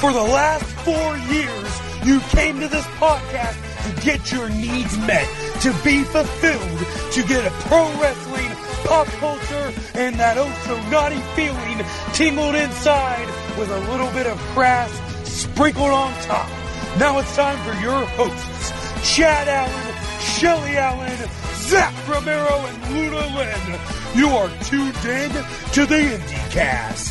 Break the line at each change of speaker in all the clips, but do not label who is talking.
For the last four years, you came to this podcast to get your needs met, to be fulfilled, to get a pro wrestling, pop culture, and that oh so naughty feeling tingled inside with a little bit of crass sprinkled on top. Now it's time for your hosts, Chad Allen, Shelly Allen, Zach Romero, and Luna Lynn. You are tuned in to the IndieCast.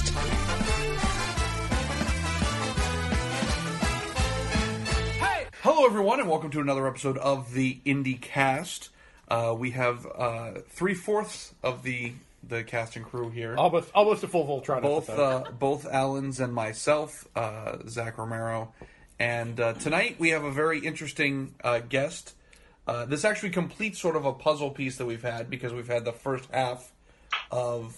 Hello, everyone, and welcome to another episode of the Indie Cast. Uh, we have uh, three fourths of the the cast and crew here.
Almost, almost a full Voltron.
both
episode.
uh, both Allen's and myself, uh, Zach Romero, and uh, tonight we have a very interesting uh, guest. Uh, this actually completes sort of a puzzle piece that we've had because we've had the first half of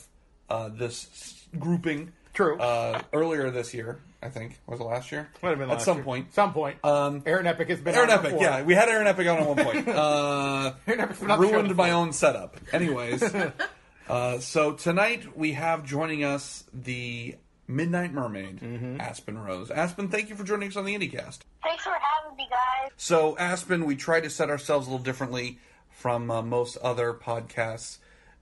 uh, this s- grouping.
True.
Uh, earlier this year, I think was it last year?
Might have been
at
last
some
year.
point.
Some point.
Um,
Aaron Epic has been
Aaron
on
Epic,
before.
yeah, we had Aaron Epic on at one point. Uh,
Aaron Epic's been on the show
ruined my
before.
own setup. Anyways, uh, so tonight we have joining us the Midnight Mermaid,
Mm-hmm.
Aspen Rose. Aspen, thank you for joining us on the IndieCast.
Thanks for having me, guys.
So, Aspen, we try to set ourselves a little differently from uh, most other podcasts,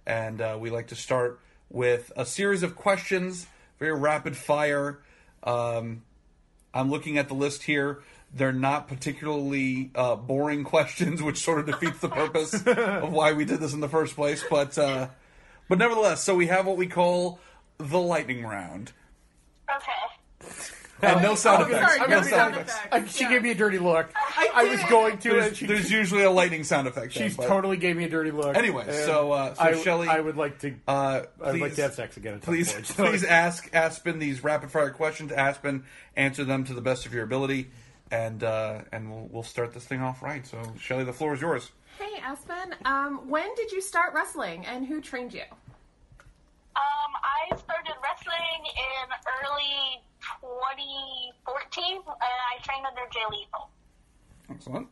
and uh, we like to start with a series of questions, very rapid fire. Um, I'm looking at the list here. They're not particularly uh, boring questions, which sort of defeats the purpose of why we did this in the first place. But uh, but nevertheless, so we have what we call the lightning round,
Okay.
and no sound
Oh,
effects.
sorry,
no
no sound
effects.
I, she gave me a dirty look. I, was
did.
going to, and
There's,
she,
there's usually a lightning sound effect. there,
she
but-
totally gave me a dirty look.
Anyway,
And
so, uh, so
I,
Shelley,
I would like to.
Uh, please,
I would like to have sex again. At some
please,
point, so-
please ask Aspen these rapid fire questions. Aspen, answer them to the best of your ability, and uh, and we'll we'll start this thing off right. So, Shelly, the floor is yours.
Hey Aspen, um, when did you start wrestling and who trained you?
Um, I started wrestling in early 2014, and I trained under Jay Lethal.
Excellent.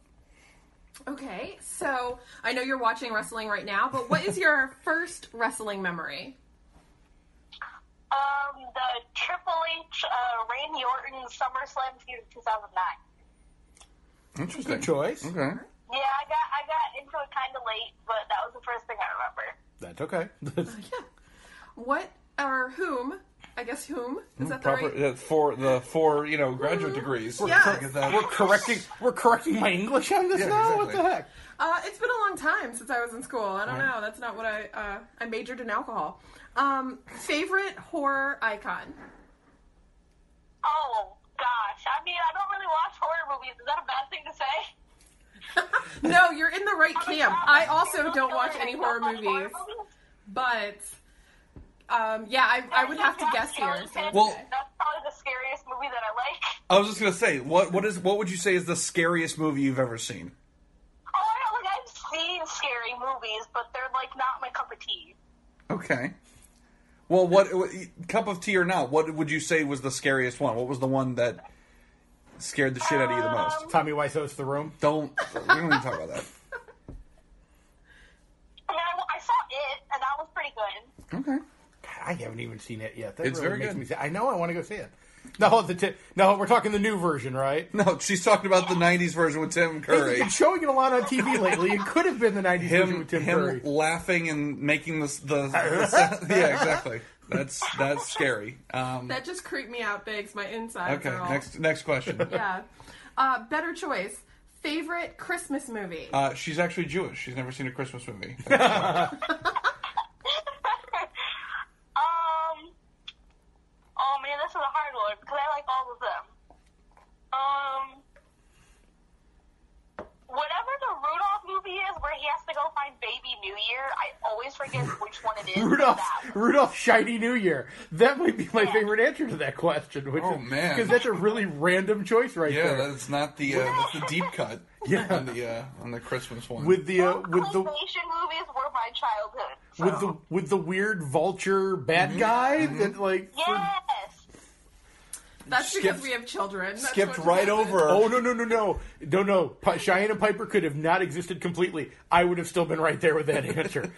Okay, so I know you're watching wrestling right now, but what is your first wrestling memory?
Um, the Triple H, uh, Randy Orton SummerSlam feud of 2009.
Interesting
Good choice.
Okay.
Yeah, I got I got into it kind of late, but that was the first thing I remember.
That's okay.
What or whom? I guess whom is that the
Proper
right? Mm-hmm.
uh, for the for you know graduate degrees.
Yeah.
Look at that.
We're correcting. We're correcting my English on this
Yeah,
now. What
exactly.
the heck?
Uh, it's been a long time since I was in school. I don't know. That's not what I uh, I majored in alcohol. Um, favorite horror icon?
Oh gosh, I mean I don't really watch horror movies. Is that a bad thing to say?
No, you're in the right camp. I also
I'm
don't watch
sorry, I
any horror
watch
movies, but um, yeah, I, I would have to guess here. So.
Well-
that's probably the scariest movie that I like.
I was just gonna say what what is what would you say is the scariest movie you've ever seen?
Oh, I don't like I've seen scary movies, but they're like not my cup of tea.
Okay. Well, what, what cup of tea or not? What would you say was the scariest one? What was the one that scared the shit out of
Um,
you the most?
Tommy Wiseau's the room.
Don't we don't even talk about that.
I mean, I, I saw it, and that was pretty good.
Okay.
I haven't even seen it yet. That
It's
really
very
makes
good.
Me sad. I know. I want to go see it. No, the t- no. We're talking the new version, right?
No, she's talking about the '90s version with Tim Curry.
It's showing it a lot on TV lately. It could have been the '90s version
Him,
with Tim
him
Curry.
laughing and making this the, the yeah exactly. That's that's scary. Um,
That just creeped me out, Biggs. My insides
okay,
are all.
next next question.
Yeah. Uh, better choice. Favorite Christmas movie?
Uh, she's actually Jewish. She's never seen a Christmas movie.
Um, oh man, this is a hard one because I like all of them. Um, whatever the Rudolph movie is, where he has to go find Baby New Year, I always forget which one it is. but
Rudolph,
that one.
Rudolph, shiny New Year. That might be my favorite answer to that question. Which
Oh,
is,
man.
because that's a really random choice right
Yeah,
there.
that's not the uh, that's the deep cut.
Yeah.
on the uh, on the Christmas one.
with the uh, with the
Claymation movies were my childhood. so-
with the
Mm-hmm.
with the weird vulture bad guy that like.
yes.
That's because
Skipped-
we have children. That's
skipped
what
right
happened.
over.
Oh no no no no no no! Pi Cheyenne and Piper could have not existed completely. I would have still been right there with that answer.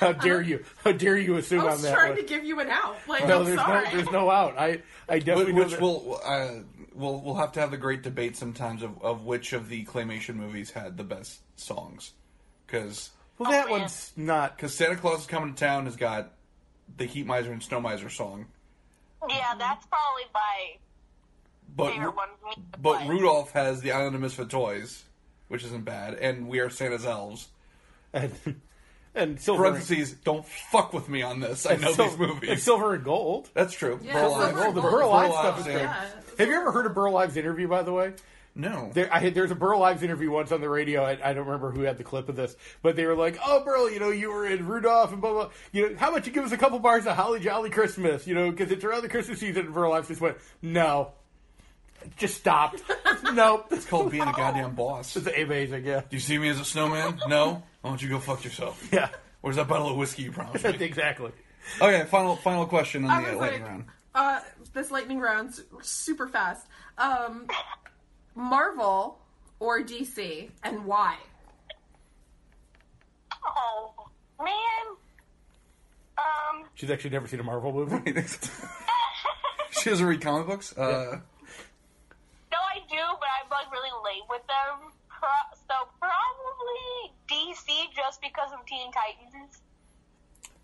How dare you? How dare you assume
I
on
was
that
trying
one?
to give you an out. Like,
no,
Oh, I'm
there's
sorry.
no there's no out. I I definitely
Wh-
know
which
that-
will uh, we'll we'll have to have the great debate sometimes of, of which of the claymation movies had the best songs, because
Oh,
Well, that one's not.
because Santa Claus is coming to town has got the Heat Miser and Snow Miser song,
Yeah, that's probably my
but
favorite
Ru-
one. for me to
but
play.
Rudolph has the Island of Misfit Toys, which isn't bad, and We Are Santa's Elves.
And, and silver.
Parentheses, don't fuck with me on this. I know
Sil-
these movies.
And silver and gold.
That's true.
Yeah,
Burl
Silver
Ives.
and
Oh, the
Gold.
Burl Ives
Burl
stuff
Ives,
is
yeah.
great.
Yeah.
Have you ever heard of Burl Ives interview? By the way,
No.
There, I had, there was a Burl Ives interview once on the radio. I, I don't remember who had the clip of this, but they were like, "Oh, Burl, you know, you were in Rudolph and blah blah. You know, how about you give us a couple bars of Holly Jolly Christmas? You know, because it's around the Christmas season." And Burl Ives just went, "No," just stopped. nope.
It's called being a goddamn boss. Do
It's amazing, yeah,
you see me as a snowman? No? Why don't you go fuck yourself?
yeah,
Where's that bottle of whiskey you promised me?
exactly.
Okay, final final question on
I
the
was
uh,
like,
lightning round.
uh, this lightning round's super fast. Um, Marvel or DC, and why?
Oh man. Um.
She's actually never seen a Marvel movie.
she doesn't read comic books. Uh,
No, I do, but I'm like really late with them. Pro- so probably DC just because of Teen Titans.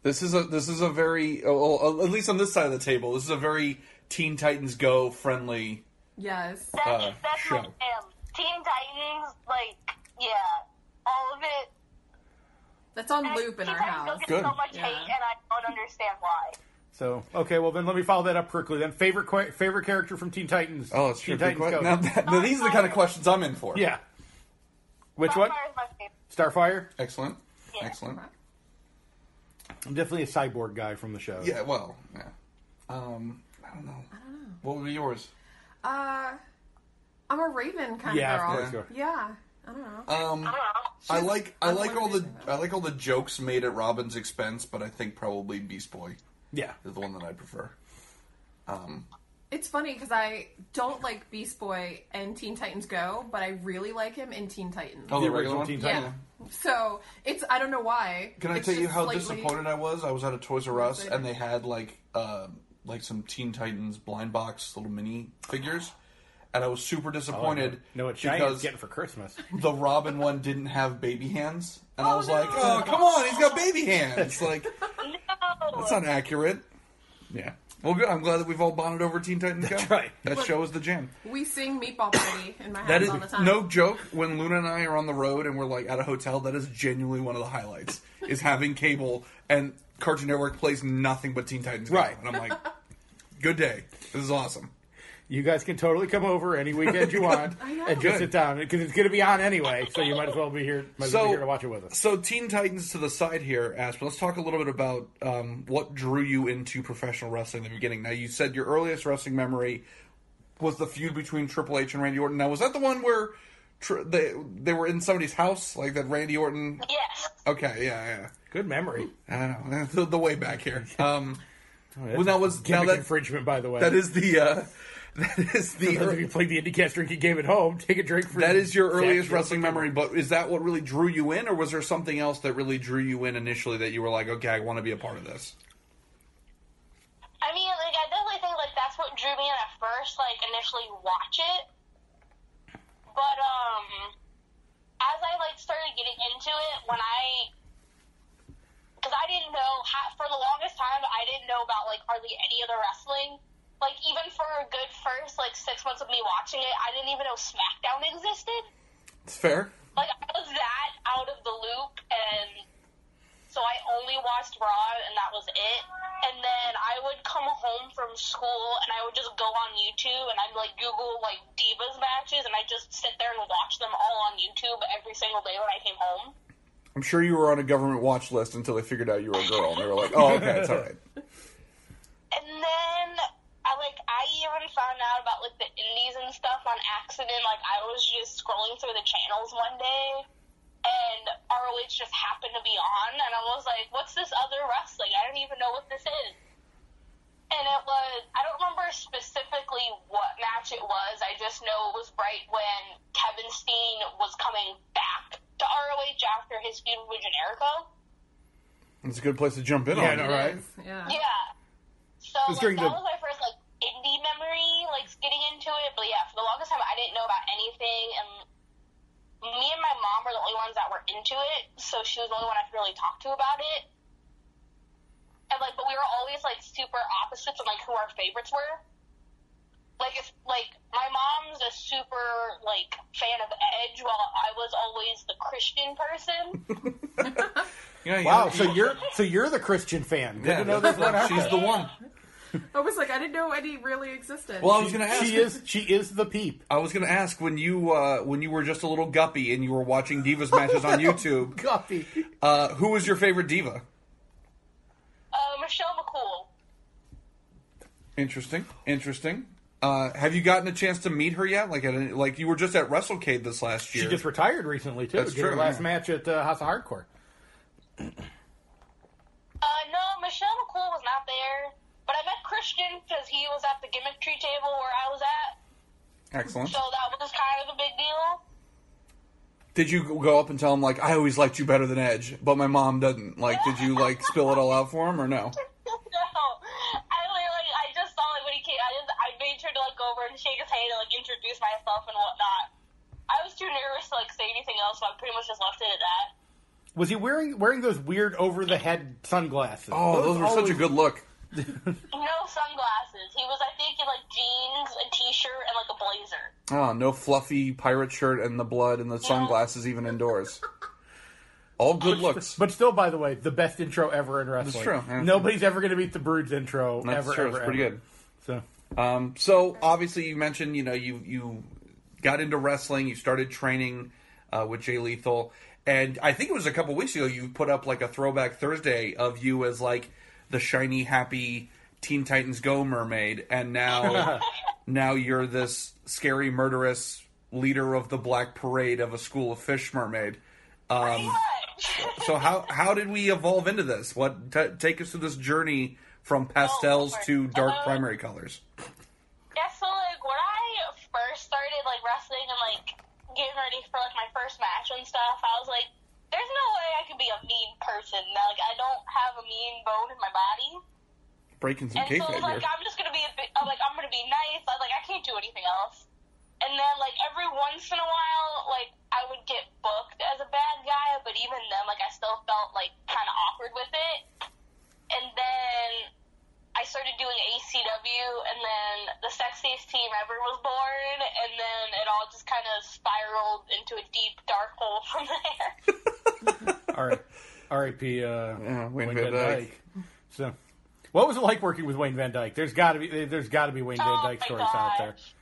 This is a this is a very oh, oh, at least on this side of the table. This is a very Teen Titans Go friendly.
Yes.
That's
Uh,
that's
sure.
my jam. Teen Titans, like yeah, all of it.
That's on
And
loop in
Teen
our
Titans
house.
gets
Good.
so much
Yeah.
hate, and I don't understand why.
So okay, well then let me follow that up quickly. Then favorite qu- favorite character from Teen Titans.
Oh, it's true.
Teen
Good question.
Titans Go.
Now, that- now these are the kind of questions I'm in for.
yeah. Which one?
Starfire's my favorite.
Starfire.
Excellent.
Yeah.
Excellent.
I'm definitely a cyborg guy from the show.
Yeah. Well. Yeah. Um. I don't know. I don't know. What would be yours?
Uh, I'm a Raven kind
Yeah,
of
of
girl.
course you are.
Yeah. I don't know.
Um.
I don't know.
I like I
I'm
like
one
all
of
the
these, I
I like all the jokes made at Robin's expense, but I think probably Beast Boy
Yeah.
is the one that I prefer.
It's funny because I don't like Beast Boy and Teen Titans Go, but I really like him in Teen Titans.
Oh,
The
the regular
original
one.
Teen
yeah.
Titan.
So it's I don't know why.
Can I
It's
tell you
just
how
slightly-
disappointed I was? I was at a Toys R Us
Slightly.
and they had like uh, like some Teen Titans blind box little mini figures, and I was super disappointed.
Oh, No, what Cheyenne's
because
getting for Christmas.
the Robin one didn't have baby hands, and I
Oh,
was
no.
like, "Oh, come on, he's got baby hands!" Like
No.
that's not accurate. Yeah. Well, good. I'm glad that we've all bonded over Teen Titans Go.
right.
That show is the jam.
We sing Meatball Party in my house
That is
all the time.
no joke. When Luna and I are on the road and we're like at a hotel, that is genuinely one of the highlights. is having cable and Cartoon Network plays nothing but Teen Titans Go,
Right.
and I'm like, good day. This is awesome.
You guys can totally come over any weekend you want
know.
and just sit down because it's going to be on anyway. So you might as well be here. Might as well be here to watch it with us.
so Teen Titans to the side here, Aspen. Let's talk a little bit about um, what drew you into professional wrestling in the beginning. Now, you said your earliest wrestling memory was the feud between Triple H and Randy Orton. Now, was that the one where tr- they they were in somebody's house, like that Randy Orton?
Yes.
Okay, yeah, yeah.
Good memory.
I don't know the, the way back here. Um, well, that was now
Gimmick
that
infringement, by the way.
that is the uh, that is the
If you played the IndyCast drinking game at home, take a drink for
that is your earliest
Zach.
wrestling memory. But is that what really drew you in, or was there something else that really drew you in initially that you were like, okay, I want to be a part of this?
I mean, like I definitely think like that's what drew me in at first, like initially watch it. But um as I like started getting into it when I because I didn't know ha- for the longest time I didn't know about like hardly any other wrestling. Like even for a good first like six months of me watching it, I didn't even know SmackDown existed
It's fair.
like I was that out of the loop, and so I only watched Raw, and that was it. And then I would come home from school, and I would just go on YouTube, and I'd like Google like divas matches, and I just sit there and watch them all on YouTube every single day when I came home.
I'm sure you were on a government watch list until they figured out you were a girl, and they were like, oh, okay, it's all right.
And then I like I even found out about like the indies and stuff on accident. Like I was just scrolling through the channels one day and ROH just happened to be on and I was like, What's this other wrestling? I don't even know what this is. And it was I don't remember specific watch it was. I just know it was right when Kevin Steen was coming back to ROH after his feud with Generico.
It's a good place to jump in
Yeah,
on.
I know,
It
right?
is, Yeah.
Yeah. So
It's
like,
during
that
the-
was my first like indie memory, like getting into it. But yeah, for the longest time, I didn't know about anything, and me and my mom were the only ones that were into it. So she was the only one I could really talk to about it. And like, but we were always like super opposites on like who our favorites were. Like, if like my mom's a super like fan of Edge, while I was always the Christian person.
Yeah, yeah.
Wow, so you're so you're the Christian fan. Good
Yeah,
to know
that's
there's one
like-
out
she's the
there.
one.
I was like, I didn't know Eddie really existed.
Well, I was gonna ask.
She is she is the peep.
I was gonna ask when you uh, when you were just a little guppy and you were watching divas matches on YouTube.
Coffee.
Uh, who was your favorite diva?
Uh, Michelle McCool.
Interesting. Interesting. Uh, have you gotten a chance to meet her yet? Like, at any, like you were just at WrestleCade this last year.
She just retired recently too.
That's
Did her
true,
last
yeah.
match at uh, House of Hardcore.
Uh, no, Michelle McCool was not there, but I met Christian because he was at the gimmickry table where I was at,
Excellent.
so that was kind of a big deal.
Did you go up and tell him like I always liked you better than Edge, but my mom doesn't? Like, did you like spill it all out for him or no?
no, I literally, I just saw like when he came, I just, I made sure to like go over and shake his hand and like introduce myself and whatnot. I was too nervous to like say anything else, so I pretty much just left it at that.
Was he wearing wearing those weird over the head sunglasses?
Oh, those were such a
always-
good look.
No sunglasses. He was, I think, in like jeans, a t-shirt, and like a blazer.
Oh, no fluffy pirate shirt and the blood and the sunglasses even indoors. All good looks.
But still, by the way, the best intro ever in wrestling.
true, yeah.
Nobody's ever going to beat the Brood's intro.
That's
ever,
true.
Ever,
it's pretty
ever.
good.
So
Um, so obviously, you mentioned you know you you got into wrestling, you started training uh, with Jay Lethal, and I think it was a couple weeks ago you put up like a throwback Thursday of you as like the shiny, happy Teen Titans Go mermaid, and now now you're this scary, murderous leader of the Black Parade of a school of fish mermaid. Um,
But
so how how did we evolve into this? What t- take us through this journey from pastels to dark
Uh,
primary colors?
Yeah, so like when I first started like wrestling and like getting ready for like my first match and stuff, I was like, "There's no way I could be a mean person. Like I don't have a mean bone in my body."
breaking some
And
cake
so
right here.
like I'm just gonna be a bit. I'm like I'm gonna be nice. I was like I can't do anything else. And then like every once in a while, like I would get booked as a bad guy, but even then, like I still felt like kind of awkward with it. And then I started doing ACW, and then the sexiest team ever was born, and then it all just kind of spiraled into a deep dark hole from there.
all right, R.I.P. Uh,
Yeah, Wayne Van Dyke.
So, what was it like working with Wayne Van Dyke? There's got to be there's got to be Wayne
Oh
Van Dyke
my
stories out there.
gosh.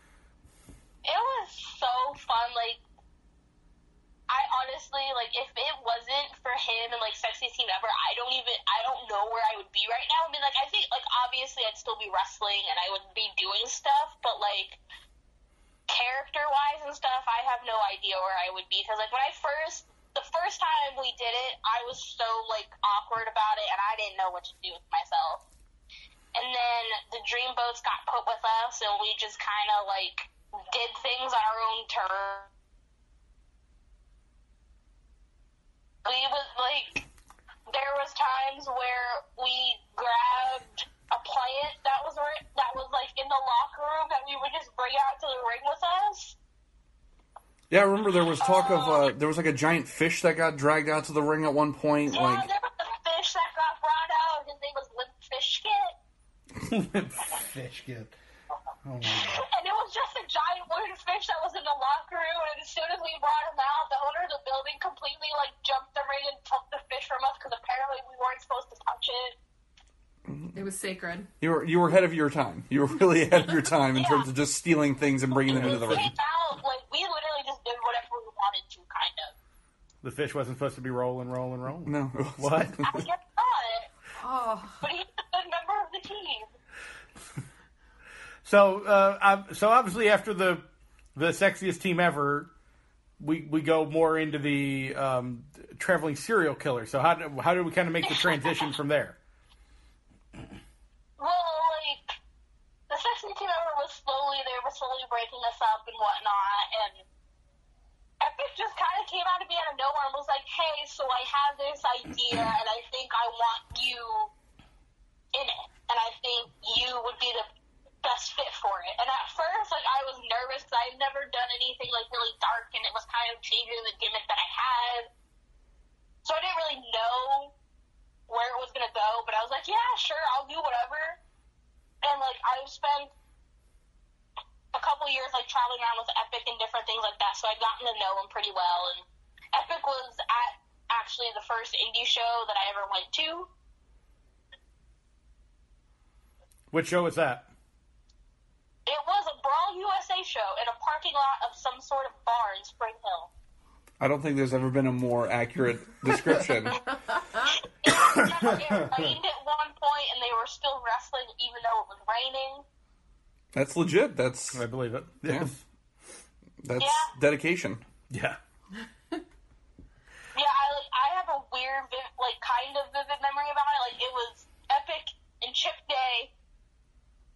It was so fun. Like, I honestly like if it wasn't for him and like Sexiest Team Ever, I don't even I don't know where I would be right now. I mean, like I think like obviously I'd still be wrestling and I would be doing stuff, but like character wise and stuff, I have no idea where I would be because like when I first. The first time we did it, I was so like awkward about it, and I didn't know what to do with myself and then the dream boats got put with us and we just kind of like did things on our own terms we was like there was times where we grabbed a plant that was right, that was like in the locker room that we would just bring out to the ring with us
Yeah, I remember there was talk of
Oh.
uh, there was like a giant fish that got dragged out to the ring at one point.
yeah
Like,
there was a fish that got brought out his name was limp fish kit
Fish kid. Oh,
and it was just a giant wooden fish that was in the locker room. And as soon as we brought him out, the owner of the building completely like jumped the ring and took the fish from us because apparently we weren't supposed to touch it.
It was sacred.
you were you were ahead of your time. You were really ahead of your time in terms of just stealing things and bringing them into the
We
ring.
came out like we literally just did whatever we wanted to, kind of.
The fish wasn't supposed to be rolling, rolling, rolling.
No,
What?
I guess not,
Oh,
but he's a good member of the team.
So, uh, ob- so obviously after the the sexiest team ever, we we go more into the um, traveling serial killer. So how do, how do we kind of make the transition from there?
Well, like the section team member was slowly they were slowly breaking us up and whatnot, and Epic just kind of came out of me out of nowhere and was like, "Hey, so I have this idea, and I think I want you in it, and I think you would be the best fit for it." And at first, like I was nervous 'cause I'd never done anything like really dark, and it was kind of changing the gimmick that I had, so I didn't really know where it was gonna go. But I was like, "Yeah, sure, I'll do whatever." And like I spent a couple years like traveling around with Epic and different things like that, so I'd gotten to know him pretty well. And Epic was at actually the first indie show that I ever went to.
What show is that?
It was a Brawl USA show in a parking lot of some sort of bar in Spring Hill.
I don't think there's ever been a more accurate description.
it rained at one point, and they were still wrestling even though it was raining.
That's legit. That's
I believe it.
yeah. That's
Yeah.
dedication.
Yeah.
Yeah, I like I have a weird, vi- like kind of vivid memory about it. Like it was Epic and Chip Day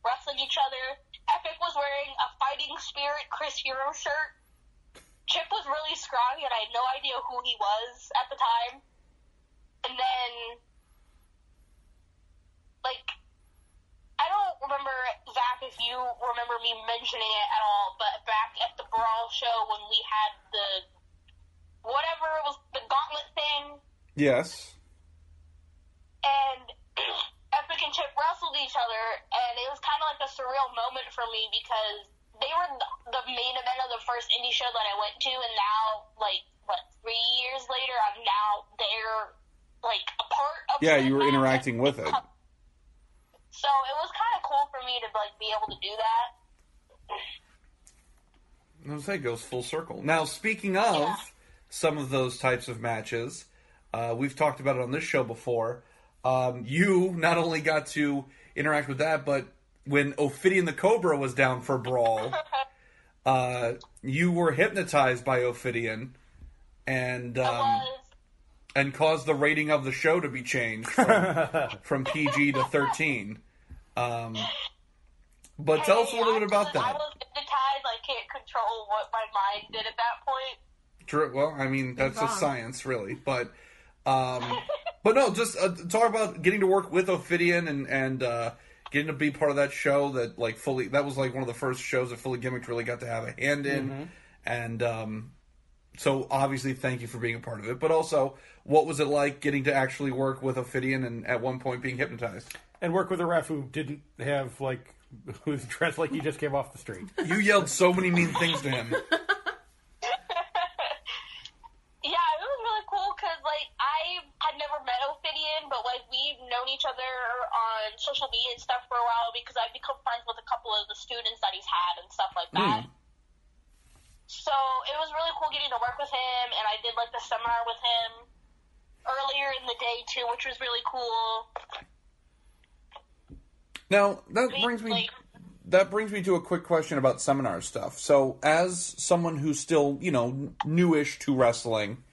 wrestling each other. Epic was wearing a Fighting Spirit Chris Hero shirt. Chip was really scrawny, and I had no idea who he was at the time. And then, like, I don't remember Zach if you remember me mentioning it at all, but back at the Brawl show when we had the whatever it was the gauntlet thing
Yes.
and Epic and Chip wrestled each other and it was kind of like a surreal moment for me because they were the- the main event of the first indie show that I went to and now like what three years later I'm now they're like a part of
Yeah,
the
you were
event.
interacting with it.
so it was kind of cool for me to like be able to do that
I was saying, it goes full circle. Now, speaking of
Yeah.
some of those types of matches, uh, we've talked about it on this show before. Um, you not only got to interact with that, but when Ophidian the Cobra was down for Brawl, uh, you were hypnotized by Ophidian and
It
um,
was
and caused the rating of the show to be changed from, from PG to 13. Um, but tell us a little
I
bit about
was-
that.
I was hypnotized I can't control what my mind did at that point
True. Well, I mean that's
wrong.
just science, really. But, um, but no, just uh, talk about getting to work with Ophidian and and uh, getting to be part of that show. That like fully that was like one of the first shows that fully gimmicked really got to have a hand in. And um, so obviously, thank you for being a part of it. But also, what was it like getting to actually work with Ophidian and at one point being hypnotized?
And work with a ref who didn't have like who's dressed like he just came off the street.
You yelled so many mean things to him.
Yeah, it was really cool because like I had never met Ophidian, but like we've known each other on social media and stuff for a while because I've become friends with a couple of the students that he's had and stuff like
Hmm.
that. So it was really cool getting to work with him, and I did like the seminar with him earlier in the day too, which was really cool.
Now that brings me that brings me to a quick question about seminar stuff. So, as someone who's still, you know, newish to wrestling,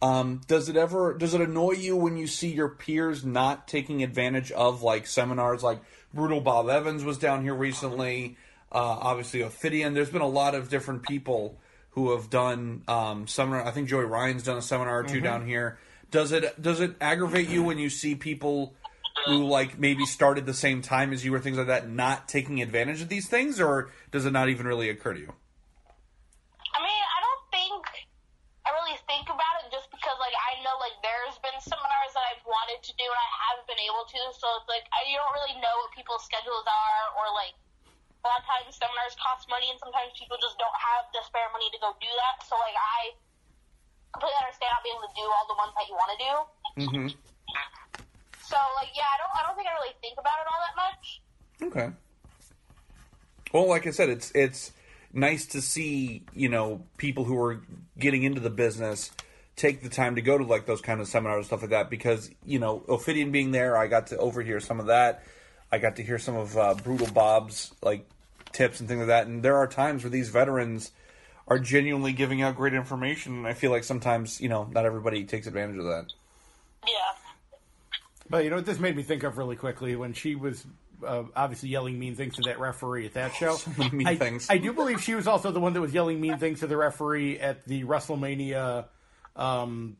um, does it ever does it annoy you when you see your peers not taking advantage of like seminars? Like Brutal Bob Evans was down here recently. Uh, obviously, Ophidian. There's been a lot of different people who have done um, seminar. I think Joey Ryan's done a seminar or 2 down here. Does it does it aggravate you when you see people who like maybe started the same time as you or things like that not taking advantage of these things, or does it not even really occur to you?
I mean, I don't think I really think about it just because, like, I know, like, there's been seminars that I've wanted to do and I haven't been able to, so it's like, I you don't really know what people's schedules are, or, like, a lot of times seminars cost money and sometimes people just don't have the spare money to go do that, so, like, I completely understand not being able to do all the ones that you want to do.
Mm-hmm.
So, like, yeah, I don't, I don't think I really think about it all that much.
Okay. Well, like I said, it's it's nice to see you know people who are getting into the business take the time to go to like those kind of seminars and stuff like that because you know Ophidian being there, I got to overhear some of that. I got to hear some of uh, Brutal Bob's like tips and things like that. And there are times where these veterans are genuinely giving out great information. And I feel like sometimes you know not everybody takes advantage of that.
Yeah.
But you know what this made me think of really quickly when she was uh, obviously yelling mean things to that referee at that show.
mean
I,
things.
I do believe she was also the one that was yelling mean things to the referee at the WrestleMania um,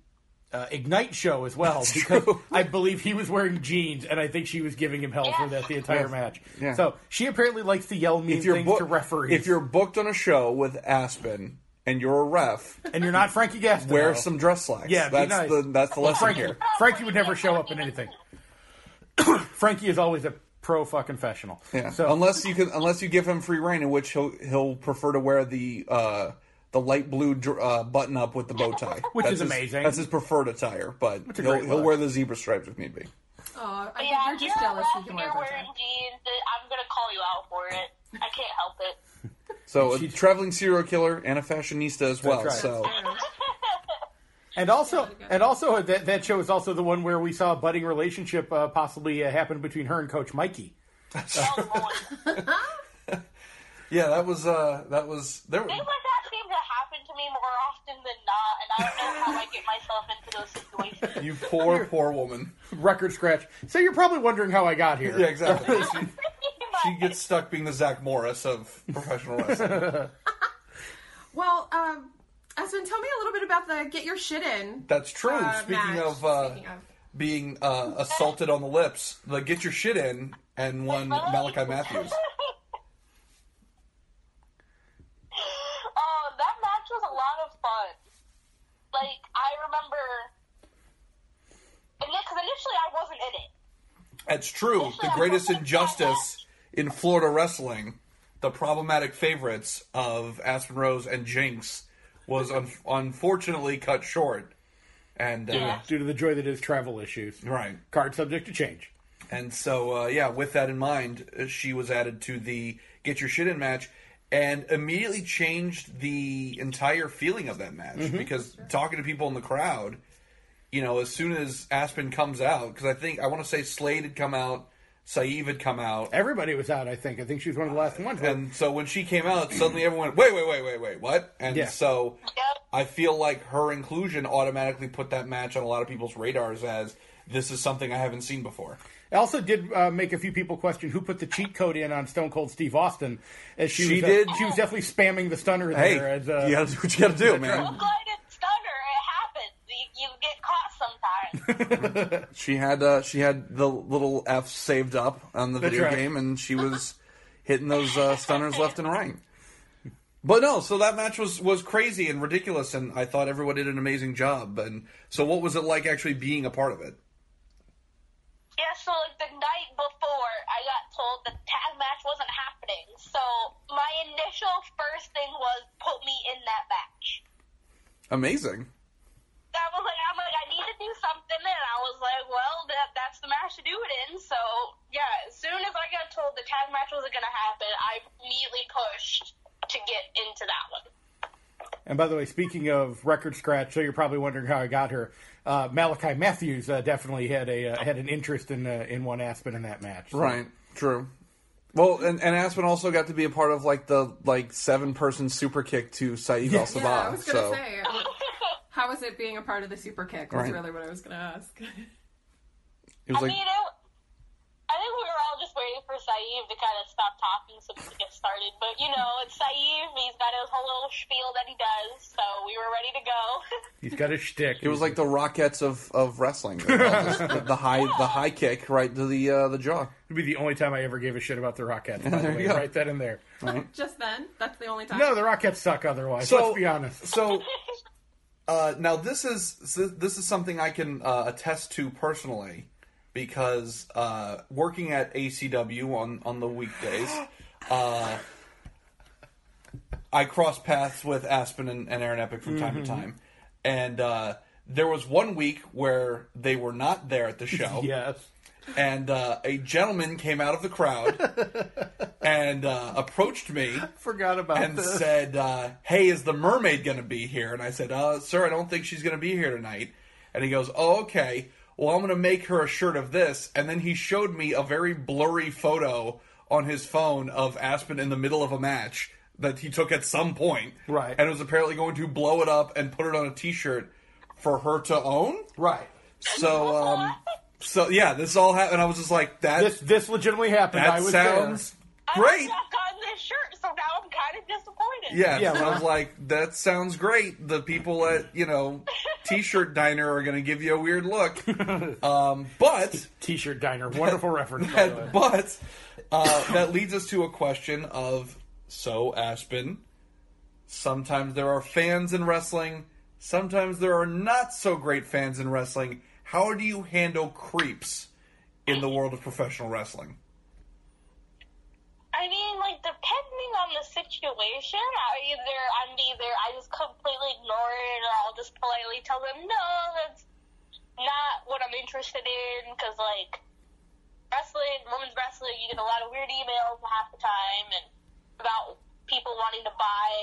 uh, Ignite show as well, because I believe he was wearing jeans, and I think she was giving him hell for that the entire match.
Yeah.
So she apparently likes to yell mean
If you're,
things
book-
to referees.
if you're booked on a show with Aspen and you're a ref,
and you're not Frankie Gaston,
wear some dress slacks.
Yeah, be
that's
nice.
the that's the lesson
Frankie,
here.
Frankie would never show up in anything. Frankie is always a pro fucking professional.
Yeah.
So
unless you can, unless you give him free reign, in which he'll he'll prefer to wear the uh, the light blue dr- uh, button up with the bow tie,
Which
That's
is
his-
amazing.
That's his preferred attire, but
a
he'll,
great
he'll
look.
wear the zebra stripes if need be.
Aw, I think
Yeah,
you're
if
just
you're a
jealous.
ref
You can
and
wear
you're
a
wearing jeans, then I'm gonna call you out for it. I can't help it.
So a traveling serial killer and a fashionista as well.
right.
So
and also and also that that show is also the one where we saw a budding relationship uh, possibly uh, happen between her and Coach Mikey.
Oh boy,
yeah, that was uh, that was there. were-
things like that seem to happen to me more often than not, and I don't know how I get myself into those situations.
You poor poor woman.
Record scratch. So you're probably wondering how I got here.
Yeah, exactly. she, she
But-
gets stuck being the Zach Morris of professional wrestling.
Well, um, Aspen, tell me a little bit about the get your shit in.
That's true.
Uh,
Oh, Speaking
match,
of, uh,
speaking of.
being uh, assaulted on the lips, the get your shit in and one Malachi Matthews.
Oh, that match was a lot of fun. Like I remember, because initially I wasn't in it.
That's true. The greatest injustice in Florida wrestling, the problematic favorites of Aspen Rose and Jinx, was un- unfortunately cut short. And uh,
Yeah.
Due to the joy that is travel issues.
right,
Card subject to change.
and so uh, yeah, with that in mind, uh, she was added to the get your shit in match, and immediately changed the entire feeling of that match because talking to people in the crowd, you know, as soon as Aspen comes out, because I think I want to say Slade had come out, Saeed had come out,
Everybody was out. I think. I think she was one of the last ones.
Uh, And so when she came out, suddenly everyone went, wait, wait, wait, wait, wait, what? And
Yeah.
so
Yep.
I feel like her inclusion automatically put that match on a lot of people's radars as this is something I haven't seen before.
I also did uh, make a few people question who put the cheat code in on Stone Cold Steve Austin. As she,
She
was, uh,
did.
she was definitely spamming the stunner
Hey,
there. As, uh,
you gotta do what you gotta do, man.
Look like a stunner. It happens. You, you get caught sometimes.
She had uh, she had the little F saved up on the
That's
video
right.
game, and she was hitting those uh, stunners left and right. But no, so that match was was crazy and ridiculous, and I thought everyone did an amazing job. And so, what was it like actually being a part of it?
yeah. So like the night before, I got told the tag match wasn't happening. So my initial first thing was put me in that match.
Amazing.
I was like, I'm like, I need to do something. And I was like, well, that that's the match to do it in. So yeah, as soon as I got told the tag match wasn't gonna happen, I immediately pushed to get into that one.
And by the way, speaking of record scratch, so you're probably wondering how I got her. Uh, Malachi Matthews uh, definitely had a uh, had an interest in uh, in one Aspen in that match. So-
Right. True. Well, and, and Aspen also got to be a part of like the like seven person super kick to Saeed Al
Yeah,
Sabah.
I was gonna
so
say. How was it being a part of the super kick? Was
Right.
really what I was gonna ask.
it was
I
like
mean, it, I think we were all just waiting for Saeed to kind of stop talking so we could get started. But you know, it's Saeed. He's got his whole little spiel that he does, so we were ready to go.
He's got a shtick.
it was like the Rockettes of, of wrestling. It was just the, the high the high kick right to the uh, the jaw.
It'd be the only time I ever gave a shit about the Rockettes. By the
There
way,
you go.
write that in there.
Just then, that's the only time.
No, the Rockettes suck. Otherwise, let's be honest.
So uh, now this is so this is something I can uh, attest to personally because uh, working at ACW on on the weekdays, uh, I cross paths with Aspen and, and Aaron Epic from time to time, and uh, there was one week where they were not there at the show
Yes.
and uh, a gentleman came out of the crowd and uh, approached me
Forgot about
and
this.
said, uh, "Hey, is the mermaid going to be here?" And I said, uh, "Sir, I don't think she's going to be here tonight." And he goes, "Oh, okay. Well, I'm going to make her a shirt of this." And then he showed me a very blurry photo on his phone of Aspen in the middle of a match that he took at some point,
Right.
And was apparently going to blow it up and put it on a T-shirt for her to own,
Right.
so, um, So yeah, this all happened. I was just like, that
This this legitimately happened. I
that
was
sounds
I
great.
must have gotten this shirt, so now I'm kind of disappointed.
Yeah,
Yeah,
so I
well-
was like, that sounds great. The people at you know T-shirt diner are going to give you a weird look, um, but
there. T-shirt diner. Wonderful reference. By the way.
but uh, that leads us to a question of so Aspen. Sometimes there are fans in wrestling. Sometimes there are not so great fans in wrestling. How do you handle creeps in the world of professional wrestling?
I mean, like depending on the situation, I either I'm either I just completely ignore it, or I'll just politely tell them no, that's not what I'm interested in, because like wrestling, women's wrestling, you get a lot of weird emails half the time, and about people wanting to buy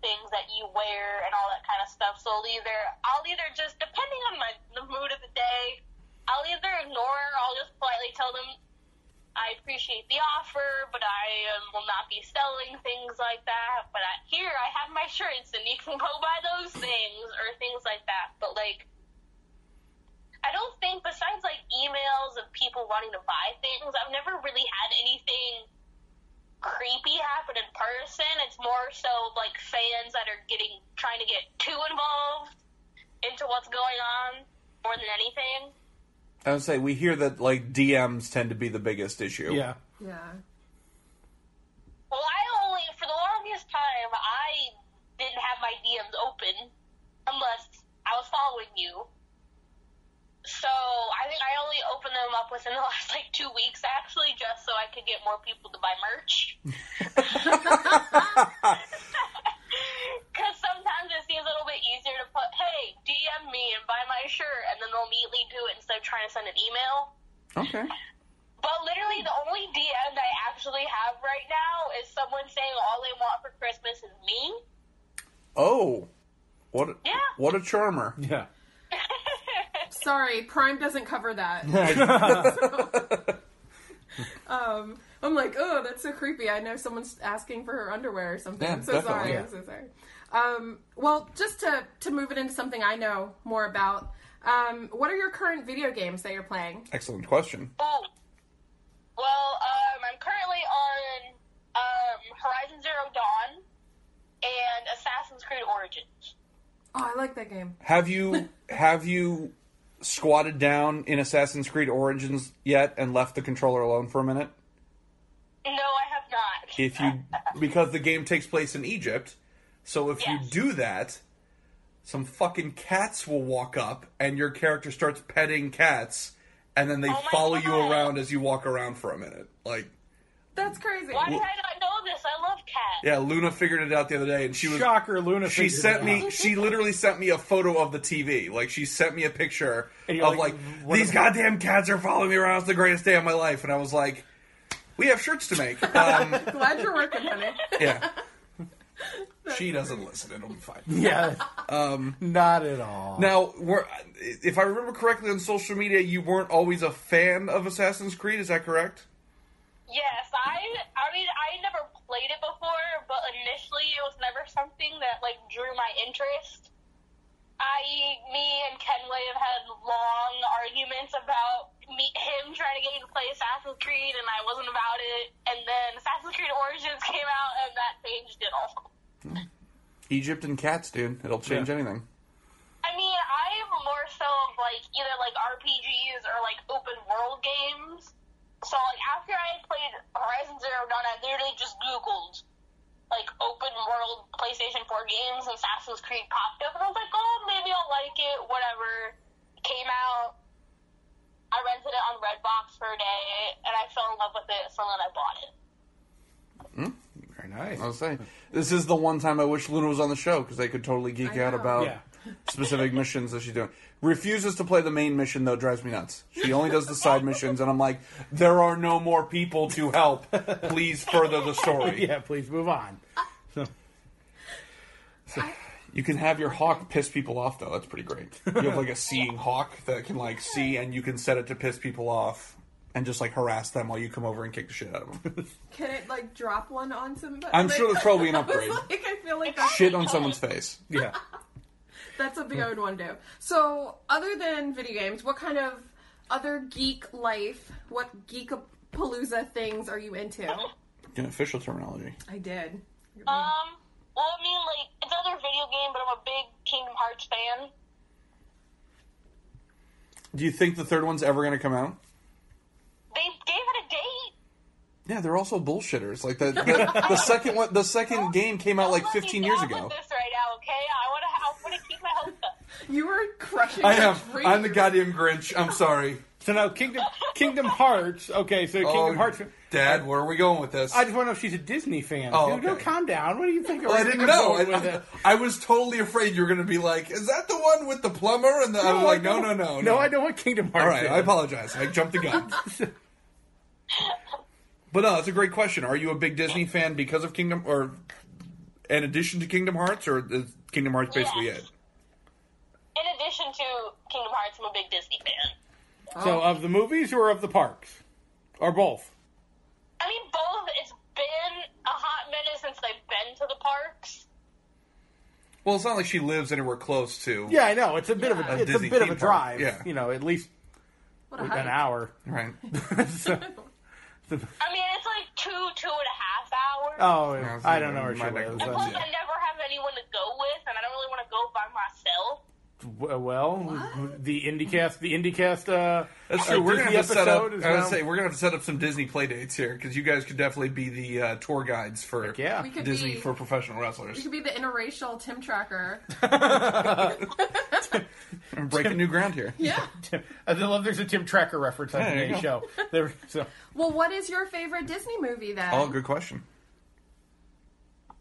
things that you wear and all that kind of stuff. So I'll either I'll either just depending on my the mood of the day, I'll either ignore, or I'll just politely tell them I appreciate the offer, but I um, will not be selling things like that. But I, here, I have my shirts, and you can go buy those things or things like that. But like, I don't think besides like emails of people wanting to buy things, I've never really had anything creepy happen in person. It's more so like fans that are getting trying to get too involved into what's going on more than anything.
I would say we hear that like DMs tend to be the biggest issue.
Yeah.
Yeah.
Well, I only for the longest time I didn't have my DMs open unless I was following you. So I think I only opened them up within the last like two weeks, actually, just so I could get more people to buy merch. Because sometimes it seems a little bit easier to put, "Hey, DM me and buy my shirt," and then they'll immediately do it instead of trying to send an email.
Okay.
But literally, the only DM I actually have right now is someone saying all they want for Christmas is me.
Oh, what? A,
Yeah.
What a charmer.
Yeah.
Sorry, Prime doesn't cover that. um, I'm like, oh, that's so creepy. I know someone's asking for her underwear or something.
Yeah,
I'm so sorry.
definitely,
I'm so sorry. Um, well, just to to move it into something I know more about. Um, what are your current video games that you're playing?
Excellent question.
Oh, well, um, I'm currently on um, Horizon Zero Dawn and Assassin's Creed Origins.
Oh, I like that game.
Have you have you squatted down in Assassin's Creed Origins yet and left the controller alone for a minute?
No, I have not.
If you because the game takes place in Egypt, so if you
Uh, Yes.
do that, some fucking cats will walk up and your character starts petting cats and then they
Oh my
follow you
God.
around as you walk around for a minute. Like
That's crazy.
Why did I not know this? I love cats.
yeah, Luna figured it out the other day and she was
Shocker, Luna.
she
figured it
sent
out.
me she literally sent me a photo of the TV. Like she sent me a picture
And you're
of
like,
like,
what
these
a-
goddamn cats are following me around. It's the greatest day of my life. And I was like, we have shirts to make. Um,
Glad you're working, honey.
yeah. She doesn't listen. It'll be fine.
Yeah.
Um,
Not at all.
Now, we're, if I remember correctly on social media, you weren't always a fan of Assassin's Creed. Is that correct?
Yes, I. I mean, I never played it before, but initially it was never something that like drew my interest. I, me, and Kenway have had long arguments about me, him trying to get me to play Assassin's Creed, and I wasn't about it. And then Assassin's Creed Origins came out, and that changed it all.
Egypt and cats, dude. It'll change
Yeah.
anything.
I mean, I am more so of like either like RPGs or like open world games. So like after I played Horizon Zero Dawn, I literally just Googled like open world PlayStation 4 games and Assassin's Creed popped up, and I was like, oh, maybe I'll like it. Whatever. Came out. I rented it on Redbox for a day, and I fell in love with it, so then I bought it.
Very nice.
I'll say this is the one time I wish Luna was on the show because they could totally geek
I
out
know.
about
Yeah.
specific missions that she's doing. Refuses to play the main mission though, drives me nuts. She only does the side missions, and I'm like, there are no more people to help. Please further the story.
Yeah. Please move on.
You can have your hawk piss people off though. That's pretty great. You have like a seeing hawk that can like see, and you can set it to piss people off. And just like harass them while you come over and kick the shit out of them.
Can it like drop one on somebody?
I'm sure that's probably an
I was
upgrade.
like, I feel like that's,
Shit on someone's face.
Yeah.
that's something I would want to do. So, other than video games, what kind of other geek life, what geekapalooza things are you into?
Yeah, official terminology.
I did.
Um, well, I mean, like, it's another video game, but I'm a big Kingdom Hearts fan.
Do you think the third one's ever going to come out?
They gave it a date.
Yeah, they're also bullshitters. Like the the, the second one, the second game came out like
Don't let me
15 years
down
ago.
With this right now, okay? I want to. I want to keep my hopes up.
You were crushing.
I
your
am.
dreams.
I'm the goddamn Grinch. I'm sorry.
So now Kingdom Kingdom Hearts. Okay, so
Oh,
Kingdom Hearts.
Dad, where are we going with this?
I just want to know if she's a Disney fan.
Oh,
Dude, no,
okay.
calm down. What do you think?
Well, I
Where
didn't
you're
know.
going with
I,
it?
I was totally afraid you were going to be like, "Is that the one with the plumber?" And the, I'm like, "No, no, no, no."
No, I know what Kingdom Hearts.
All right,
is.
I apologize. I jumped the gun. but no, that's a great question. Are you a big Disney fan because of Kingdom, or in addition to Kingdom Hearts, or is Kingdom Hearts basically
Yeah.
it?
In addition to Kingdom Hearts, I'm a big Disney fan.
So of the movies or of the parks, or both?
I mean, both. It's been a hot minute since I've been to the parks.
Well, it's not like she lives anywhere close to.
Yeah, I know. It's a bit of
Yeah. A
a it's
Disney
a bit of a
theme park,
drive.
yeah.
you know, at least
What a
an
hike.
hour.
Right.
So-
I mean, it's like two, two and a half hours.
oh,
Yeah,
I don't know where she
my neck
lives.
was-
and plus,
yeah.
I never have anyone to go with, and I don't really want to go by myself.
W- Well, the IndieCast, the IndieCast. Uh,
That's
so
true. We're
Disney
gonna have to set
episode
up.
is
I was
now-
gonna say we're gonna have to set up some Disney play dates here because you guys could definitely be the uh, tour guides for
yeah.
We could
Disney
be.
for professional
we
wrestlers.
could be the interracial Tim Tracker.
I'm breaking new ground here.
Yeah.
I love there's a Tim Tracker reference on
Yeah, there you
today's show. There, so,
well, what is your favorite Disney movie then?
Oh, good question.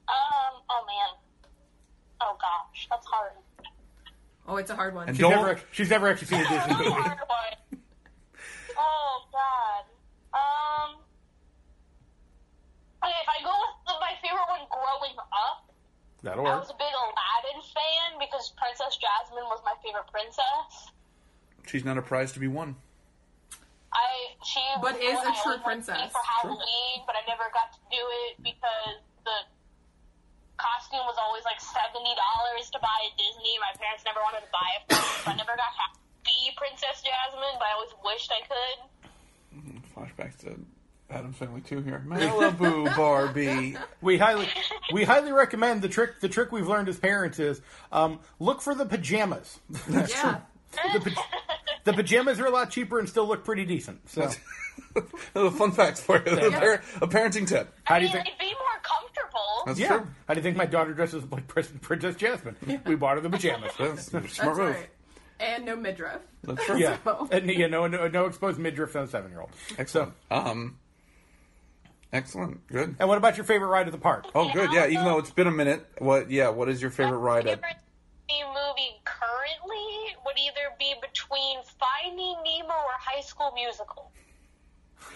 Um. Oh man. Oh gosh, that's hard.
Oh, it's a hard one.
And
she's,
Don't-
never, act- she's never actually seen a
That's a
Disney
really
movie.
hard one. Oh god. Um. Okay, if I go with the- my favorite one growing up,
That'll
I
work.
was a big Aladdin fan because Princess Jasmine was my favorite princess.
She's not a prize to be won.
I she
But
was
is
what
a
I
true
always wanted to be
princess.
for
True.
Halloween, but I never got to do it because the costume was always like seventy dollars to buy at Disney. My parents never wanted to buy it for me, so I never got to be Princess Jasmine, but I always wished I could.
Flashbacks to Adam's Family Two here. Malibu Barbie.
We highly, we highly recommend the trick. The trick we've learned as parents is um, look for the pajamas.
yeah.
The, pa- the pajamas are a lot cheaper and still look pretty decent. So,
Little fun facts for you. A,
Yeah.
par- a parenting tip.
how
I
do you
mean,
think?
it'd be more comfortable.
That's
Yeah,
true.
how do you think my daughter dresses like Prin- Princess Jasmine? We bought her the pajamas.
That's a
That's
smart move.
right. And no midriff.
That's true.
Yeah,
So-
and you know, no, no exposed midriff on a seven-year-old.
Excellent. Um. Excellent. Good.
And what about your favorite ride at the park?
Oh, good. Yeah. Even though it's been a minute. What? Yeah. What is your favorite ride at?
favorite Disney movie currently would either be between Finding Nemo or High School Musical.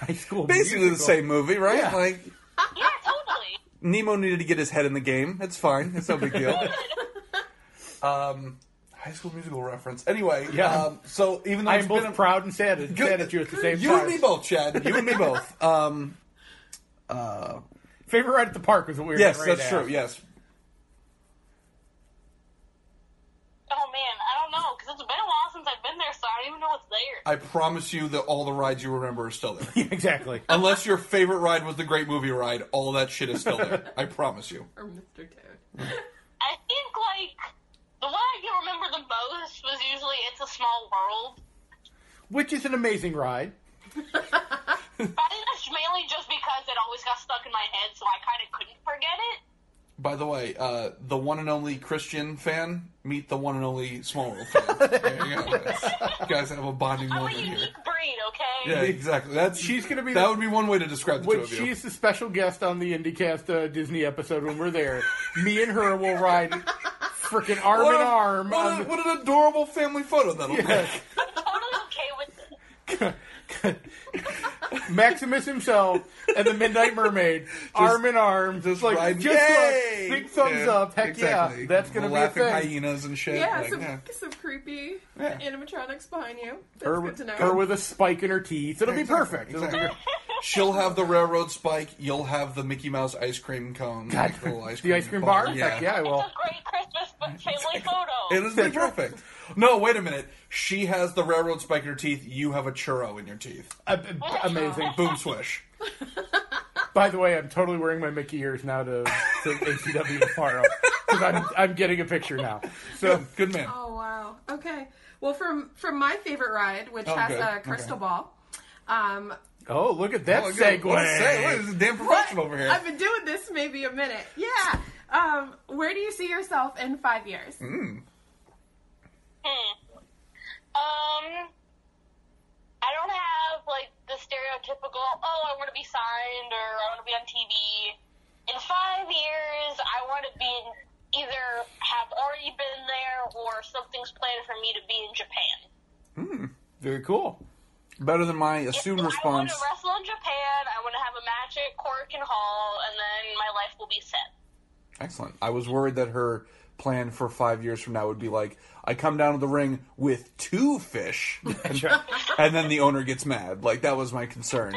High school.
Basically the
Musical.
same movie, right?
Yeah.
Like
Yeah, totally.
Nemo needed to get his head in the game. It's fine. It's no big deal. um, High School Musical reference. Anyway.
Yeah.
Um, so even though
I
it's
am
been
both
a-
proud and sad,
Good.
sad at you at the same
you
time.
and me both, Chad. You and me both. Um,
Favorite ride at the park is what we were.
yes,
getting ready
that's
to
true.
ask.
Yes.
Oh man, I don't know because it's been a while since I've been there, so I don't even know what's there.
I promise you that all the rides you remember are still there.
exactly.
Unless your favorite ride was the Great Movie Ride, all that shit is still there. I promise you.
Or Mr. Toad.
I think like the one I can remember the most was usually "It's a Small World,"
Which is an amazing ride.
but I think that's mainly just because it always got stuck in my head, so I kind of couldn't forget it.
By the way, uh, the one and only Christian fan meet the one and only Small World fan. There you go. You guys have a bonding
I'm a
moment here.
unique breed, okay?
Yeah, exactly. That's
She's gonna be
that
the-
would be one way to describe the two
When
of you.
she's the special guest on the IndyCast uh, Disney episode when we're there, me and her will ride freaking arm
What,
in
a-
arm.
what,
on
a-
the-
what an adorable family photo that'll be.
Yes.
Totally okay with it.
Maximus himself and the Midnight Mermaid, arm in arm,
Just
like
riding-
just
Yay!
like, big thumbs
Yeah,
up, heck
exactly.
yeah, that's gonna
The
be a
laughing
thing.
hyenas and shit.
Yeah,
like,
some,
yeah.
some creepy
Yeah.
animatronics behind you. That's
Her,
good to know.
her with a spike in her teeth, it'll be
Exactly,
perfect.
exactly.
It'll be-
She'll have the railroad spike. You'll have the Mickey Mouse ice cream cone.
God,
the little
the ice cream bar, heck yeah, I
It's
will.
a great Christmas f- family photo.
It is like perfect. No, wait a minute. She has the railroad spike in her teeth. You have a churro in your teeth.
A- a- Amazing.
Boom swish.
By the way, I'm totally wearing my Mickey ears now to, to ACW tomorrow because I'm, I'm getting a picture now. So
Good man.
Oh wow. Okay. Well, from from my favorite ride, which
Oh,
has
good.
a crystal
Okay.
ball. Um,
oh, look at that
Oh, good.
segue.
What a segue. This is a damn professional
what-
over here.
I've been doing this maybe a minute. Yeah. Um, where do you see yourself in five years?
Hmm. Um, I don't have like the stereotypical. Oh, I want to be signed or I want to be on TV. In five years, I want to be in, either have already been there or something's planned for me to be in Japan.
Very cool.
Better than my assumed
I want
response.
to wrestle in Japan. I want to have a match at Cork and Hall, and then my life will be set.
Excellent. I was worried that her plan for five years from now would be like, I come down to the ring with two fish, and, and then the owner gets mad. Like that was my concern.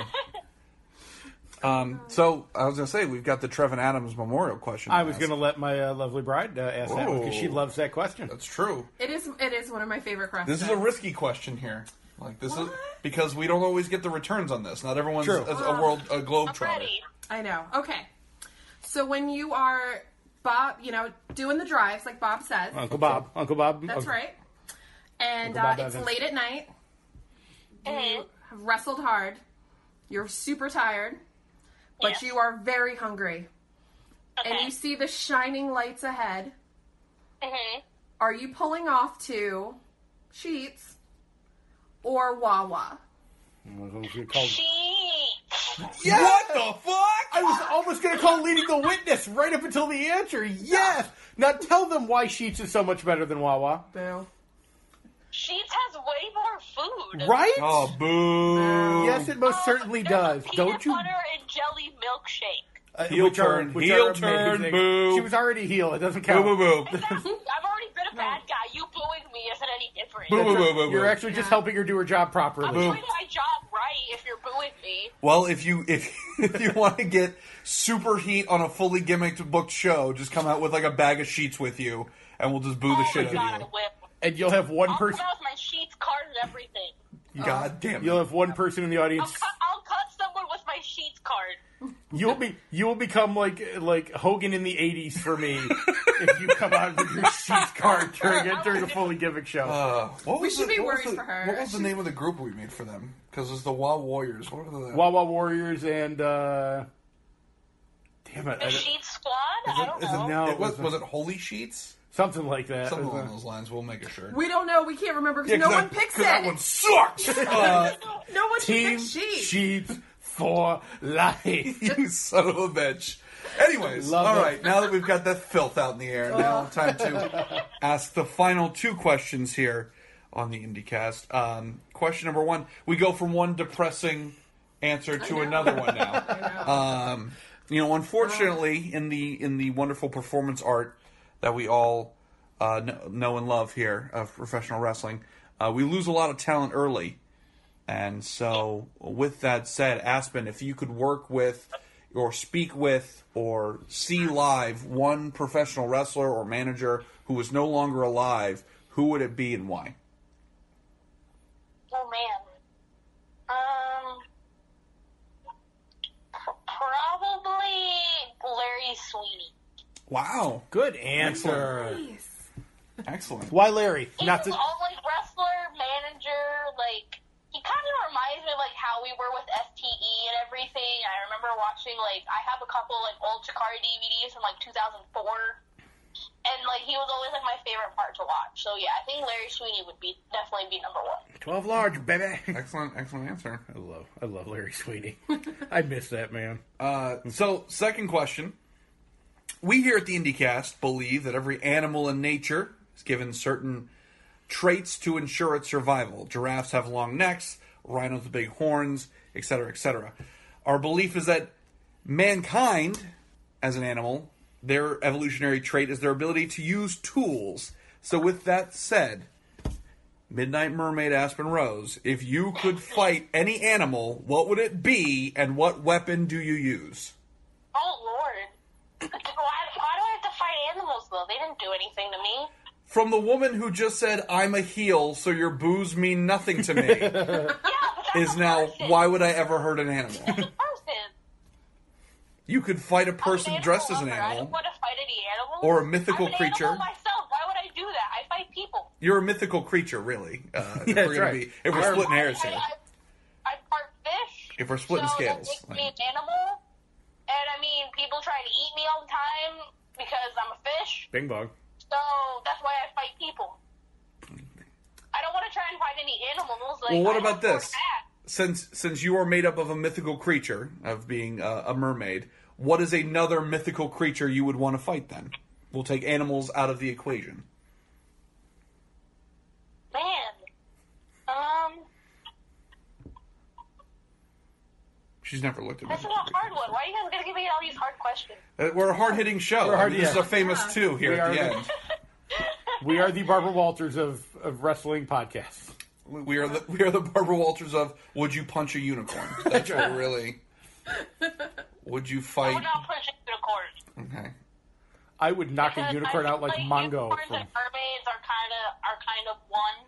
Um, so I was gonna say we've got the Trevin Adams Memorial question.
I was
ask.
going to let my uh, lovely bride uh, ask that because she
Ooh.
loves that question.
That's true.
It is. It is one of my favorite questions.
This is a risky question here. Like this is
What?
because we don't always get the returns on this. Not everyone's
True.
a, a world a globe
I'm ready.
I know. Okay. So when you are Bob, you know, doing the drives like Bob says.
Oh,
Uncle Bob. Uncle Bob.
That's
Uncle-
right. And
Uncle Bob
uh, it's
Evans.
late at night.
Mhm.
Have wrestled hard. You're super tired, but
Yeah.
you are very hungry. And
Okay.
you see the shining lights ahead.
Mhm.
Are you pulling off to Sheets or Wawa?
She called-
She.
What the fuck?
I was almost going to call leading the witness right up until the answer. Yes. Now tell them why Sheets is so much better than Wawa.
Boo.
Sheets has way more food.
Right?
Oh boo!
Yes, it most certainly
Oh, There's a
does. Don't you?
Peanut butter and jelly milkshake.
Uh,
Heel
which are-
turn,
which
heel
are amazing.
turn, boo.
She was already heel. It doesn't
boo
count.
boo boo!
I've already been a bad guy. You booing me isn't any different.
Boo, boo, boo, boo,
You're
boo.
actually just helping her do her job properly.
I'm doing my job right if you're booing me.
Well, if you if if you want to get super heat on a fully gimmicked booked show, just come out with like a bag of sheets with you, and we'll just boo the
oh
shit
my
out
god,
of
Will.
And you'll have one
I'll
person.
come out with my sheets, card, and everything.
you. God damn it!
You'll have one person in the
I'll
audience.
cut, I'll cut someone with my sheets card.
You'll be you'll become like like Hogan in the '80s for me if you come out with your sheets card during a, during a fully gimmick show.
Uh, what was
should
the,
be
what was
worried
the-
for her.
What was the name of the group we made for them? Because it's the Wow Warriors. What are the
Wawa Warriors and uh, damn it,
The
I don't-
sheets squad? I don't
is
know.
it,
No,
it was,
it wasn't.
was it Holy Sheets?
something like that. Uh,
Something along those lines. We'll make a shirt.
We don't know. We can't remember because
Yeah,
no
'cause
one
that-
picks
'cause That one
it.
sucks. Uh,
No one should
Team
pick Sheets.
sheets for life.
you son of a bitch. Anyways, all
Love
right.
it.
Now that we've got that filth out in the air,
Oh.
now time to ask the final two questions here on the IndyCast. Um, question number one: We go from one depressing answer to another one now. Um, you know, unfortunately, in the in the wonderful performance art that we all uh, know, know and love here of professional wrestling, uh, we lose a lot of talent early. And so, with that said, Aspen, if you could work with, or speak with, or see live one professional wrestler or manager who is no longer alive, who would it be and why?
Oh man. Um. pr- Probably Larry Sweeney.
Wow,
Good answer.
Yes.
excellent.
Why Larry?
He
Not to.
was all like wrestler, manager, like he kind of reminds me of like how we were with STE and everything. I remember watching like I have a couple like old Chikara DVDs from like 2004, and like he was always like my favorite part to watch. So yeah, I think Larry Sweeney would be definitely be number one.
Twelve large, baby.
Excellent, excellent answer.
I love, I love Larry Sweeney. I miss that man.
Uh, so, second question. We here at the IndyCast believe that every animal in nature is given certain traits to ensure its survival. Giraffes have long necks, rhinos with big horns, etc., etc. Our belief is that mankind, as an animal, their evolutionary trait is their ability to use tools. So, with that said, Midnight Mermaid Aspen Rose, if you could fight any animal, what would it be and what weapon do you use?
Oh Lord, why, why do I have to fight animals people. They didn't do anything to me.
From the woman who just said, I'm a heel, so your boos mean nothing to me,
Yeah, but that's
is
a
now,
person.
why would I ever hurt an animal?
That's a person.
You could fight a
I'm an
person
animal
dressed as an
lover. I don't
animal.
want to fight any animals.
Or a mythical
I'm an
creature.
Animal myself. Why would I do that? I fight people.
You're a mythical creature, really. Uh, if
that's
we're, gonna
right.
be, if we're
Iron-
splitting hairs
I,
here.
I, I'm part fish.
If we're splitting
so
scales, like-
that makes me an animal. And I mean, people try to eat me all the time because I'm a fish.
Bing bong.
So that's why I fight people. I don't want to try and fight any animals. Like,
Well, what
I don't
about
support
this?
that.
Since since you are made up of a mythical creature of being uh, a mermaid, what is another mythical creature you would want to fight? Then we'll take animals out of the equation.
Man. Um,
She's never looked at
this is
me.
a hard one. Why are you guys going to give me all these hard questions?
Uh, We're a hard hitting show. I
We're
mean,
hard-
this is
yeah.
a famous two here
We
at the
are-
end.
We are the Barbara Walters of, of wrestling podcasts.
We- We are the we are the Barbara Walters of Would you punch a unicorn? That's what we're really. Would you
I
fight?
would not push it to the court.
Okay.
I would knock a unicorn out like Mongo.
Unicorns
From,
and mermaids are kind of are kind of one.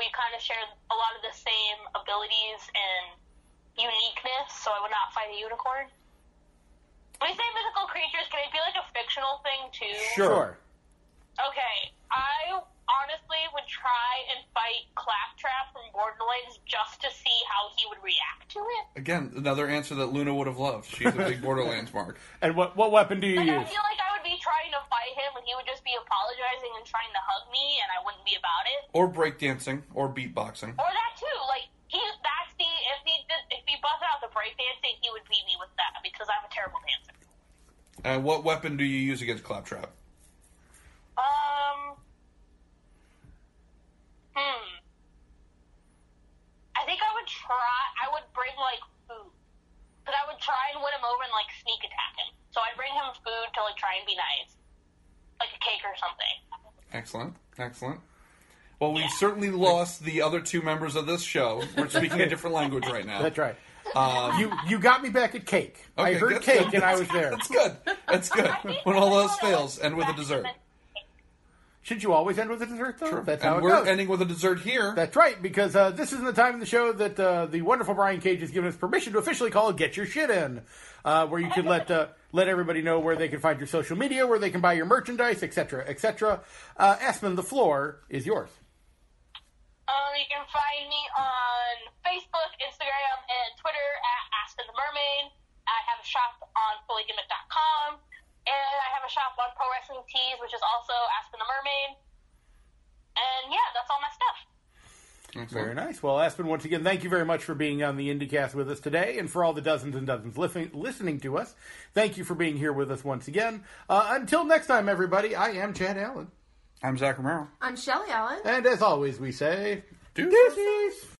We kind of share a lot of the same abilities and uniqueness, so I would not fight a unicorn. When we say mythical creatures, can it be like a fictional thing too?
Sure.
sure.
Okay, I honestly would try and fight Claptrap from Borderlands just to see how he would react to it.
Again, another answer that Luna would have loved. She's a big Borderlands mark.
And what what weapon do you
Like,
use?
I feel like I would be trying to fight him, and he would just be apologizing and trying to hug me, and I wouldn't be about it.
Or breakdancing, or beatboxing.
Or that too, like he that's the if he did, if he busted out the breakdancing, he would beat me with that because I'm a terrible dancer.
Uh, what weapon do you use against Claptrap?
Um Hmm. I think I would try I would bring like food. But I would try and win him over and like sneak attack him. So I'd bring him food to like try and be nice. Like a cake or something.
Excellent, excellent. Well, we've certainly lost the other two members of this show. We're speaking a different language right now. Um,
That's right. you you got me back at cake. I
Okay,
heard
that's
cake
good.
and I was there.
That's good. That's good. When all else fails, and with a dessert.
Should you always end with a dessert though? That's how
And
it
we're
goes.
ending with a dessert here.
That's right, because uh, this isn't the time of the show that uh, the wonderful Brian Cage has given us permission to officially call "Get Your Shit In," uh, where you can let uh, let everybody know where they can find your social media, where they can buy your merchandise, etc., etc. Uh, Aspen, the floor is yours.
Um, you can find me on Facebook, Instagram, and Twitter at Aspen the Mermaid. I have a shop on fullygimmick.com, and I have a shop on Pro Wrestling Tees, which is also Aspen the Mermaid. And yeah, that's all my stuff.
Very nice. Well, Aspen, once again, thank you very much for being on the IndieCast with us today, and for all the dozens and dozens listen- listening to us. Thank you for being here with us once again. Uh, until next time, everybody. I am Chad Allen,
I'm Zach Romero.
I'm Shelly Allen.
and as always, we say
Deuces.
deuces.